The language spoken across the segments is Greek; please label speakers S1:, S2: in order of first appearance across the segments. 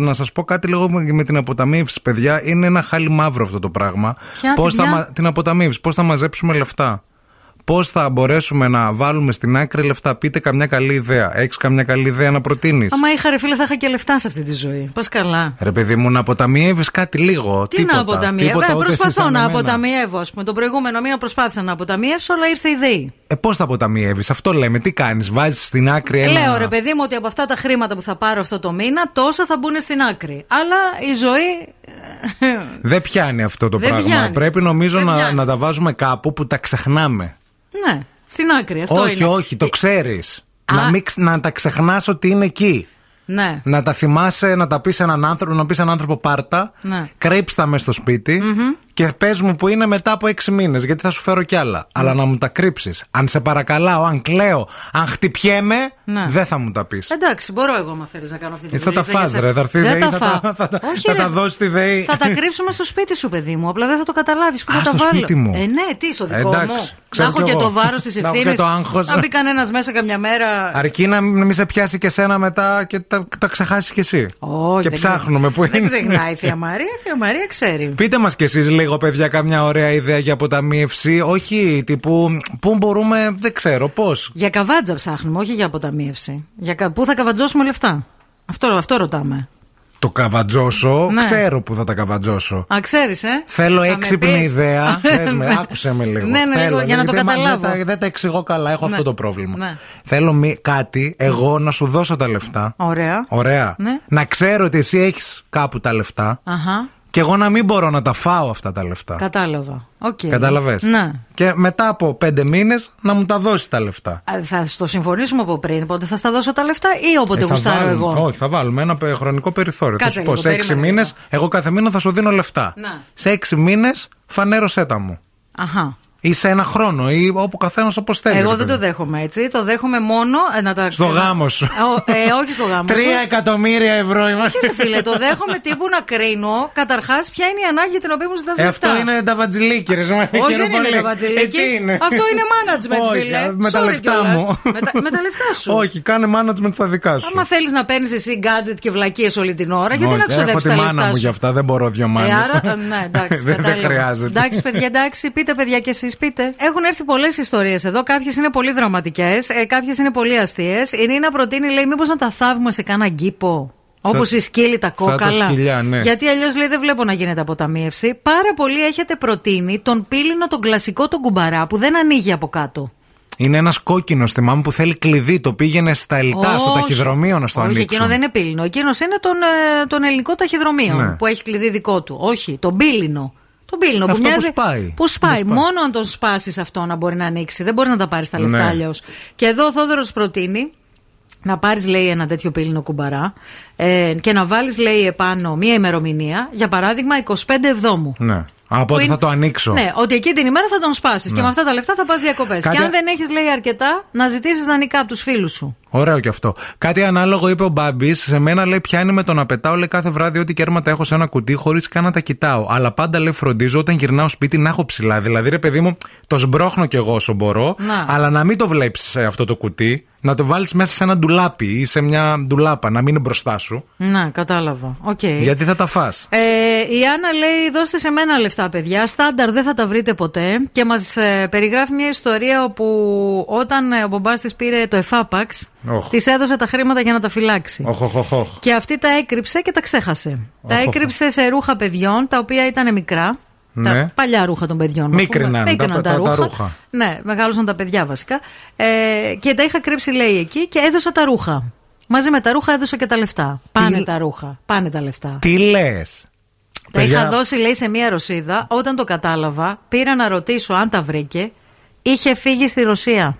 S1: Να σας πω κάτι λίγο με την αποταμίευση, παιδιά. Είναι ένα χάλι μαύρο αυτό το πράγμα.
S2: Ποια,
S1: πώς
S2: τι, ποια?
S1: θα, μα- την αποταμίευση, πώς θα μαζέψουμε λεφτά. Πώς θα μπορέσουμε να βάλουμε στην άκρη λεφτά. Πείτε καμιά καλή ιδέα. Έχεις καμιά καλή ιδέα να προτείνεις.
S2: Άμα είχα ρε φίλε, θα είχα και λεφτά σε αυτή τη ζωή. Πας καλά.
S1: Ρε παιδί μου, να αποταμιεύεις κάτι λίγο.
S2: Τι
S1: τίποτα,
S2: να αποταμιεύω.
S1: τίποτα,
S2: Ε,
S1: ούτε εσύ
S2: προσπαθώ
S1: σαν
S2: να
S1: εμένα.
S2: αποταμιεύω. Ας πούμε. Τον προηγούμενο μήνα προσπάθησα να αποταμιεύσω, αλλά ήρθε η ΔΕΗ.
S1: Ε, πώς θα αποταμιεύεις, αυτό λέμε. Τι κάνεις, βάζεις στην άκρη ένα.
S2: Ε, Λέω ρε παιδί μου ότι από αυτά τα χρήματα που θα πάρω αυτό το μήνα, τόσα θα μπουν στην άκρη. Αλλά η ζωή. ε,
S1: Δεν πιάνει αυτό το
S2: Δεν
S1: πράγμα.
S2: πιάνει.
S1: Πρέπει νομίζω
S2: Δεν
S1: να,
S2: πιάνει.
S1: να τα βάζουμε κάπου που τα ξεχνάμε.
S2: ναι, στην άκρη. Αυτό
S1: όχι,
S2: είναι. Ε,
S1: όχι, το ξέρεις.
S2: Α.
S1: Να, μην ξ- να τα ξεχνάς ότι είναι εκεί.
S2: Ναι.
S1: Να τα θυμάσαι, να τα πεις σε έναν άνθρωπο, να πεις έναν άνθρωπο πάρτα,
S2: Ναι.
S1: κρύψτα μες στο σπιτι και πες μου που είναι μετά από έξι μήνες, γιατί θα σου φέρω κι άλλα.
S2: Ναι.
S1: Αλλά να μου τα κρύψεις. Αν σε παρακαλάω, αν κλαίω, αν χτυπιέμαι,
S2: Ναι.
S1: δεν θα μου τα πεις.
S2: Εντάξει, μπορώ εγώ, άμα θέλεις να κάνω αυτή τη
S1: Ε, θα
S2: δουλειά.
S1: τα φας,
S2: Δεν
S1: ρε, θα έρθει η
S2: Δεν
S1: ΔΕΗ,
S2: τα
S1: θα
S2: φάω.
S1: τα- θα τα-
S2: Όχι,
S1: θα
S2: ρε,
S1: τα δώσεις στη ΔΕΗ.
S2: Θα τα κρύψουμε στο σπίτι σου, παιδί μου. Απλά δεν θα το καταλάβεις που
S1: Α,
S2: θα τα
S1: στο
S2: βάλω.
S1: σπίτι μου.
S2: Ε, ναι, τι, στο δικό
S1: Εντάξει,
S2: μου. Να
S1: ξέρω
S2: έχω
S1: κι
S2: και
S1: εγώ.
S2: το βάρος
S1: Να
S2: τη
S1: έχω και
S2: ευθύνης.
S1: το άγχος.
S2: Να μπει κανένας μέσα καμιά μέρα.
S1: Αρκεί να μην σε πιάσει και σένα μετά και τα, τα ξεχάσεις κι εσύ.
S2: Όχι,
S1: και
S2: δεν ξε-
S1: ψάχνουμε που είναι.
S2: Δεν ξεχνάει η Θεία Μαρία. Η Θεία Μαρία ξέρει.
S1: Πείτε μας κι εσείς λίγο, παιδιά, καμιά ωραία ιδέα για αποταμίευση. Όχι τύπου πού μπορούμε, δεν ξέρω πώς.
S2: Για καβάτζα ψάχνουμε, όχι για αποταμίευση. Για κα... Πού θα καβατζώσουμε λεφτά. Αυτό, αυτό ρωτάμε.
S1: Το καβατζώσω,
S2: Ναι.
S1: ξέρω που θα τα καβατζώσω.
S2: Α, ξέρεις, ε.
S1: Θέλω
S2: Θα με
S1: έξυπνη
S2: πεις.
S1: ιδέα. Θες με,
S2: Ναι.
S1: άκουσε με λίγο.
S2: Ναι, ναι,
S1: Θέλω,
S2: λίγο, για να
S1: δηλαδή
S2: το
S1: δεν-
S2: καταλάβω.
S1: Δεν, τα- δεν τα εξηγώ καλά, έχω
S2: Ναι.
S1: αυτό το πρόβλημα.
S2: Ναι.
S1: Θέλω μη- κάτι, εγώ να σου δώσω τα λεφτά.
S2: Ωραία.
S1: Ωραία.
S2: Ναι.
S1: Να ξέρω ότι εσύ έχεις κάπου τα λεφτά.
S2: Αχα.
S1: Και εγώ να μην μπορώ να τα φάω αυτά τα λεφτά.
S2: Κατάλαβα. Okay.
S1: Κατάλαβες.
S2: Ναι.
S1: Και μετά από πέντε μήνες να μου τα δώσεις τα λεφτά.
S2: Α, Θα στο συμφωνήσουμε από πριν, πότε θα στα δώσω τα λεφτά ή όποτε
S1: Ε, θα
S2: γουστάρω
S1: βάλουμε-
S2: εγώ.
S1: Όχι, θα βάλουμε ένα πε- χρονικό περιθώριο.
S2: Κάτσε
S1: θα σου
S2: λίγο,
S1: πω σε έξι
S2: περίμενε
S1: μήνες,
S2: λίγο.
S1: εγώ κάθε μήνα θα σου δίνω λεφτά.
S2: Να.
S1: Σε έξι μήνες φανέρωσέ τα μου.
S2: Αχα.
S1: Ή σε ένα χρόνο, ή όπου καθένας όπως θέλει.
S2: Εγώ
S1: ρε
S2: δεν
S1: παιδί.
S2: το δέχομαι έτσι. Το δέχομαι μόνο ε, να τα.
S1: Στο γάμο σου.
S2: Ο- ε, όχι στο γάμο σου. Ε,
S1: Τρία εκατομμύρια ευρώ είμαστε.
S2: Όχι, ρε φίλε, το δέχομαι τύπου να κρίνω καταρχάς ποια είναι η ανάγκη την οποία μου ζητάς
S1: Ε,
S2: λεφτά.
S1: αυτό είναι τα βατζιλίκι, ρε ζευγάρι,
S2: Όχι, δεν
S1: χαίρομαι
S2: είναι
S1: πολύ.
S2: τα βατζηλίκι.
S1: Ε, τι είναι.
S2: Αυτό είναι management,
S1: Όχι,
S2: φίλε.
S1: Με τα
S2: Sorry
S1: λεφτά
S2: κιόλας.
S1: μου.
S2: Με τα- με τα λεφτά σου.
S1: Όχι, κάνε management στα δικά σου.
S2: Άμα θέλεις να παίρνεις εσύ gadget και βλακίες όλη την ώρα, γιατί
S1: Όχι,
S2: να
S1: έχω τη
S2: ξοδέψεις τα
S1: μάνα
S2: λεφτά
S1: μου γι'
S2: σου.
S1: αυτά, δεν μπορώ δύο
S2: Ε,
S1: μάνες
S2: άρα, ε, ναι, εντάξει,
S1: δεν, δεν
S2: κατάλαβα.
S1: χρειάζεται.
S2: Εντάξει, παιδιά, εντάξει, πείτε παιδιά και εσείς, πείτε. Έχουν έρθει πολλές ιστορίες εδώ. Κάποιες είναι πολύ δραματικές, ε, κάποιες είναι πολύ αστείες. Η Νίνα προτείνει, λέει, μήπως να τα θάβουμε σε κάνα κήπο.
S1: Σαν-
S2: Όπως οι σκύλοι, τα
S1: σαν τα
S2: κόκαλα.
S1: σκυλιά, ναι.
S2: Γιατί αλλιώς λέει δεν βλέπω να γίνεται αποταμίευση. Πάρα πολύ έχετε προτείνει τον πύληνο, τον κλασικό, τον κουμπαρά που δεν ανοίγει από κάτω.
S1: Είναι ένας κόκκινος, θυμάμαι, που θέλει κλειδί. Το πήγαινε στα ελτά, στο
S2: Όχι.
S1: ταχυδρομείο να στο
S2: Όχι,
S1: ανοίξουν.
S2: εκείνο δεν είναι πύληνο. Εκείνος είναι τον, ε, τον ελληνικό ταχυδρομείο
S1: Ναι.
S2: που έχει κλειδί δικό του. Όχι, τον πύληνο. Τον πύληνο
S1: Αυτό
S2: που
S1: που
S2: μοιάζει.
S1: σπάει.
S2: Που σπάει.
S1: Που σπάει.
S2: Μόνο αν τον σπάσεις αυτό να μπορεί να ανοίξει. Δεν μπορείς να τα πάρεις τα λεφτά
S1: Ναι.
S2: αλλιώς. Και εδώ ο Θόδωρος προτείνει να πάρεις, λέει, ένα τέτοιο πύληνο κουμπαρά ε, και να βάλεις, λέει, επάνω μία ημερομηνία, για παράδειγμα 25 Εβδόμου.
S1: Ναι. Από
S2: Που
S1: ότι θα
S2: είναι-
S1: το ανοίξω. Ναι.
S2: Ναι, ότι εκεί την ημέρα θα τον σπάσεις και με αυτά τα λεφτά θα πας διακοπές.
S1: Κάτι-
S2: Και αν δεν έχεις, λέει, αρκετά, να ζητήσεις δανεικά από τους φίλους σου.
S1: Ωραίο και αυτό. Κάτι ανάλογο είπε ο Μπάμπης. Σε μένα λέει πιάνει με το να πετάω λέει, κάθε βράδυ ό,τι κέρματα έχω σε ένα κουτί χωρίς καν να τα κοιτάω. Αλλά πάντα λέει φροντίζω όταν γυρνάω σπίτι να έχω ψηλά. Δηλαδή ρε παιδί μου, το σμπρώχνω κι εγώ όσο μπορώ.
S2: Να.
S1: Αλλά να μην το βλέπεις αυτό το κουτί. Να το βάλεις μέσα σε ένα ντουλάπι ή σε μια ντουλάπα. Να μην είναι μπροστά σου.
S2: Να, Ναι, κατάλαβα. Οκ.
S1: Γιατί θα τα φας
S2: Ε, η Άννα λέει: Δώστε σε μένα λεφτά, παιδιά. Στάνταρ δεν θα τα βρείτε ποτέ. Και μας περιγράφει μια ιστορία όπου όταν ε, ο μπομπά τη πήρε το εφάπαξ,
S1: Οχ.
S2: της έδωσε τα χρήματα για να τα φυλάξει.
S1: Οχ, οχ, οχ, οχ.
S2: Και αυτή τα έκρυψε και τα ξέχασε. Τα
S1: Οχ, οχ.
S2: έκρυψε σε ρούχα παιδιών, τα οποία ήταν μικρά.
S1: Ναι.
S2: Τα παλιά ρούχα των παιδιών. ας
S1: Μίκριναν
S2: πούμε.
S1: τα-
S2: Μίκριναν
S1: τα- τα ρούχα.
S2: Ναι, μεγάλωσαν τα παιδιά βασικά. Ε, και τα είχα κρύψει, λέει, εκεί και έδωσα τα ρούχα. Μαζί με τα ρούχα έδωσα και τα λεφτά. Πάνε τα ρούχα. Πάνε τα λεφτά.
S1: Τι λες.
S2: Τα είχα δώσει, λέει, σε μία Ρωσίδα. Όταν το κατάλαβα, πήρα να ρωτήσω αν τα βρήκε. Είχε φύγει στη Ρωσία.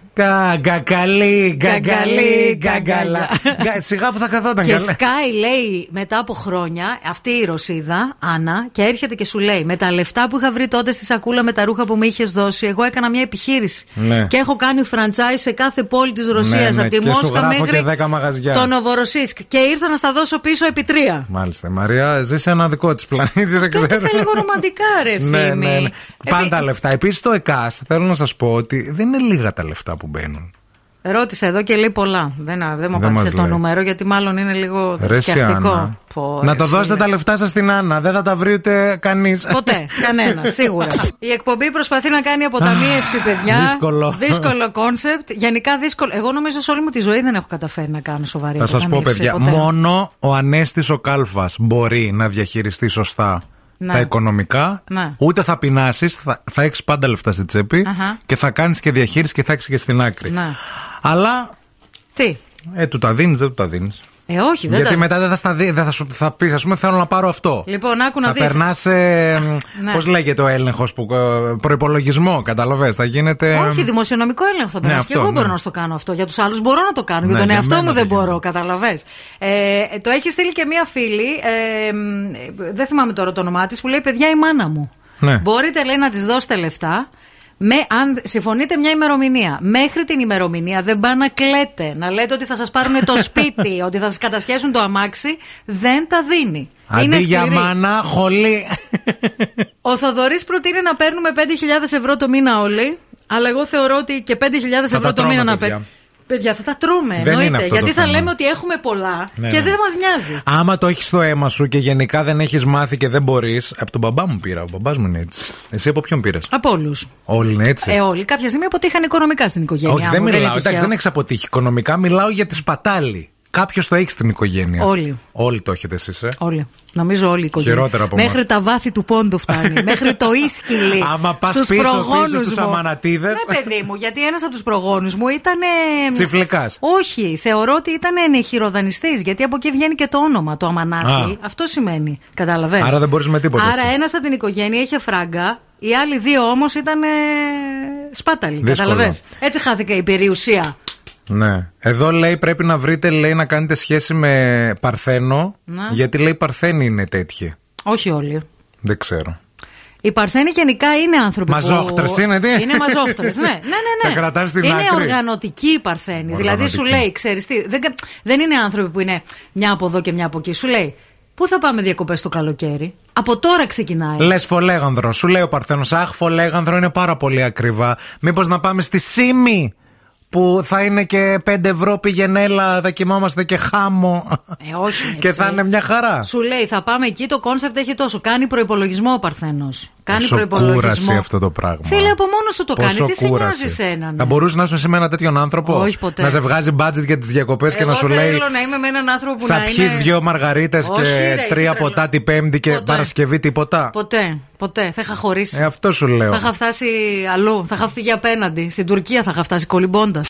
S1: Καγκακαλή, γκαγκαλή, γκαγκαλά.
S2: Γκαγκαλά.
S1: Γκα- Σιγά που θα καθόταν
S2: Και
S1: καλά.
S2: σκάει, λέει, μετά από χρόνια, αυτή η Ρωσίδα, Άννα, και έρχεται και σου λέει: Με τα λεφτά που είχα βρει τότε στη σακούλα με τα ρούχα που μου είχες δώσει, εγώ έκανα μια επιχείρηση.
S1: Ναι.
S2: Και έχω κάνει franchise σε κάθε πόλη της Ρωσίας,
S1: Ναι, ναι,
S2: από τη
S1: και σου
S2: Μόσχα
S1: γράφω
S2: μέχρι
S1: και δέκα μαγαζιά.
S2: το Νοβοροσίσκ. Και ήρθα να στα δώσω πίσω επί τρία.
S1: Μάλιστα, η Μαρία ζεις σε ένα δικό της πλανήτη, δεν ξέρω.
S2: Σκέφτηκα λίγο ρομαντικά, ρε φίλε.
S1: Ναι, ναι, ναι. Πάντα λεφτά. Επίσης, το ΕΚΑΣ θέλω να σας πω ότι δεν είναι λίγα τα λεφτά που μπαίνουν.
S2: Ρώτησε εδώ και λέει πολλά. Δεν, δεν μου
S1: Δεν
S2: απάντησε
S1: μας
S2: το
S1: λέει.
S2: νούμερο γιατί μάλλον είναι λίγο
S1: Ρε, εσύ,
S2: Ε, σκεφτικό.
S1: Άννα. Να τα δώσετε τα λεφτά σας στην Άννα. Δεν θα τα βρει ούτε κανείς.
S2: Ποτέ, κανένα, σίγουρα. Η εκπομπή προσπαθεί να κάνει αποταμίευση, παιδιά.
S1: δύσκολο.
S2: Δύσκολο κόνσεπτ. Γενικά δύσκολο. Εγώ νομίζω σε όλη μου τη ζωή δεν έχω καταφέρει να κάνω σοβαρή
S1: Θα σας πω,
S2: αποταμίευση
S1: παιδιά,
S2: ποτέ.
S1: μόνο ο Ανέστης ο Κάλφας μπορεί να διαχειριστεί σωστά
S2: Ναι.
S1: τα οικονομικά.
S2: Ναι.
S1: Ούτε θα πεινάσεις, θα, θα έχεις πάντα λεφτά στη τσέπη
S2: Αχα.
S1: και θα κάνεις και διαχείριση και θα έχεις και στην άκρη.
S2: Ναι.
S1: Αλλά
S2: Τι.
S1: ε, του τα δίνεις, δεν του τα δίνεις.
S2: Ε, όχι, δεν
S1: Γιατί
S2: τα...
S1: μετά δεν θα, στα δει- δεν θα, σου- θα πεις, ας πούμε, θέλω να πάρω αυτό.
S2: Λοιπόν, άκου να
S1: θα
S2: δεις.
S1: περνάς.
S2: Ναι.
S1: Πώς λέγεται ο έλεγχος, προπολογισμό, καταλαβέ. Θα γίνεται.
S2: Όχι, δημοσιονομικό έλεγχο θα περάσει. και
S1: αυτό,
S2: εγώ μπορώ
S1: ναι.
S2: να στο κάνω αυτό. Για τους άλλους μπορώ να το κάνω. για
S1: Ναι,
S2: τον
S1: για
S2: εαυτό
S1: μένα
S2: μου δεν
S1: δεν
S2: μπορώ,
S1: γίνεται.
S2: καταλαβέ. Ε, το έχει στείλει και μία φίλη. Ε, μ, ε, δεν θυμάμαι τώρα το όνομά της, που λέει: Παιδιά, η μάνα μου.
S1: Ναι.
S2: Μπορείτε, λέει, να της δώσετε λεφτά. Με, αν συμφωνείτε μια ημερομηνία. Μέχρι την ημερομηνία δεν πά να κλαίτε, να λέτε ότι θα σας πάρουν το σπίτι, ότι θα σας κατασχέσουν το αμάξι. Δεν τα δίνει.
S1: Αντί
S2: Είναι
S1: για
S2: σκληρή.
S1: μάνα, χολή.
S2: Ο Θοδωρής προτείνει να παίρνουμε 5.000 ευρώ το μήνα όλοι. Αλλά εγώ θεωρώ ότι και 5.000
S1: Θα
S2: ευρώ
S1: τα
S2: το
S1: τρώμε,
S2: μήνα να
S1: παιδιά.
S2: παίρνουμε. Παιδιά, θα τα τρώμε.
S1: Δεν
S2: εννοείται.
S1: είναι αυτό το
S2: γιατί θα
S1: θέμα.
S2: λέμε ότι έχουμε πολλά
S1: Ναι,
S2: και
S1: ναι.
S2: δεν μας νοιάζει.
S1: Άμα το έχεις στο αίμα σου και γενικά δεν έχεις μάθει και δεν μπορείς. Από τον μπαμπά μου πήρα. Ο μπαμπάς μου είναι έτσι. Εσύ από ποιον πήρες.
S2: Από όλους.
S1: Όλοι είναι έτσι.
S2: Ε, όλοι κάποια στιγμή αποτύχαν οικονομικά στην οικογένειά
S1: Όχι,
S2: μου.
S1: δεν
S2: είναι
S1: μιλάω. εντάξει,
S2: τυχαίο.
S1: δεν έχει αποτύχει οικονομικά. Μιλάω για τη σπατάλη. Κάποιος το έχει στην οικογένεια.
S2: Όλοι.
S1: Όλοι το έχετε εσείς, ε.
S2: Όλοι. Νομίζω όλοι οι οικογένειε.
S1: Χειρότερα από
S2: Μέχρι
S1: εμάς.
S2: τα βάθη του πόντου φτάνει. μέχρι το ίσκυλι.
S1: Άμα πας
S2: στους
S1: πίσω, πίσω
S2: προγόνους
S1: στους
S2: μου.
S1: αμανατίδες.
S2: Ναι, παιδί μου, γιατί ένας από τους προγόνους μου ήταν.
S1: Τσιφλικάς.
S2: Όχι, θεωρώ ότι ήταν χειροδανιστής. Γιατί από εκεί βγαίνει και το όνομα, το αμανάτι.
S1: Α.
S2: Αυτό σημαίνει. Κατάλαβες.
S1: Άρα δεν μπορείς με τίποτα
S2: Άρα
S1: εσύ.
S2: ένας από την οικογένεια είχε φράγκα. Οι άλλοι δύο όμως ήταν. Σπάταλοι.
S1: Δύσκολο.
S2: Κατάλαβες. Έτσι χάθηκε η περιουσία.
S1: Ναι. Εδώ λέει πρέπει να βρείτε, λέει, να κάνετε σχέση με Παρθένο.
S2: Να.
S1: Γιατί λέει Παρθένοι είναι τέτοιοι.
S2: Όχι όλοι.
S1: Δεν ξέρω.
S2: Οι Παρθένοι γενικά είναι άνθρωποι.
S1: Μαζόχτρες
S2: που...
S1: είναι, τι?
S2: Είναι μαζόχτρες, ναι. ναι, ναι,
S1: Τα
S2: ναι.
S1: κρατάνε στην
S2: είναι
S1: άκρη.
S2: οργανωτικοί οι Παρθένοι. Δηλαδή σου
S1: Οργανωτικοί.
S2: λέει, ξέρεις τι, δεν, κα- δεν είναι άνθρωποι που είναι μια από εδώ και μια από εκεί. Σου λέει, Πού θα πάμε διακοπές το καλοκαίρι. Από τώρα ξεκινάει.
S1: Λες φολέγανδρο. Σου λέει ο Παρθένος. Αχ, φολέγανδρο είναι πάρα πολύ ακριβά. Μήπως να πάμε στη Σίμη που θα είναι και 5 ευρώ πηγενέλα, θα κοιμόμαστε και χάμο.
S2: Ε, όχι. Έτσι.
S1: και θα είναι μια χαρά.
S2: Σου λέει, θα πάμε εκεί, το κόνσεπτ έχει τόσο. Κάνει προπολογισμό ο Παρθένος. Κάνει
S1: Πόσο
S2: προπολογισμό.
S1: κούραση αυτό το πράγμα.
S2: Φίλε, από μόνος του το
S1: Πόσο
S2: κάνει. Τι σε
S1: κούραση.
S2: νοιάζει ναι. έναν.
S1: Θα μπορούσε να είσαι σήμερα με τέτοιον άνθρωπο.
S2: Όχι, ποτέ.
S1: Να σε βγάζει μπάτζετ για τις διακοπές και
S2: Εγώ
S1: να σου
S2: θέλω
S1: λέει.
S2: να είμαι με έναν άνθρωπο που
S1: Θα
S2: να
S1: πιει
S2: είναι...
S1: δύο μαργαρίτες
S2: Όχι, ρε,
S1: και
S2: είσαι
S1: τρία
S2: τρελός.
S1: ποτά την Πέμπτη και
S2: Ποτέ.
S1: Παρασκευή τίποτα.
S2: Ποτέ, ποτέ. Θα είχα χωρίσει.
S1: Ε, αυτό σου λέω.
S2: Θα είχα φτάσει αλλού. Θα είχα φύγει απέναντι. Στην Τουρκία θα είχα φτάσει κολυμπώντας.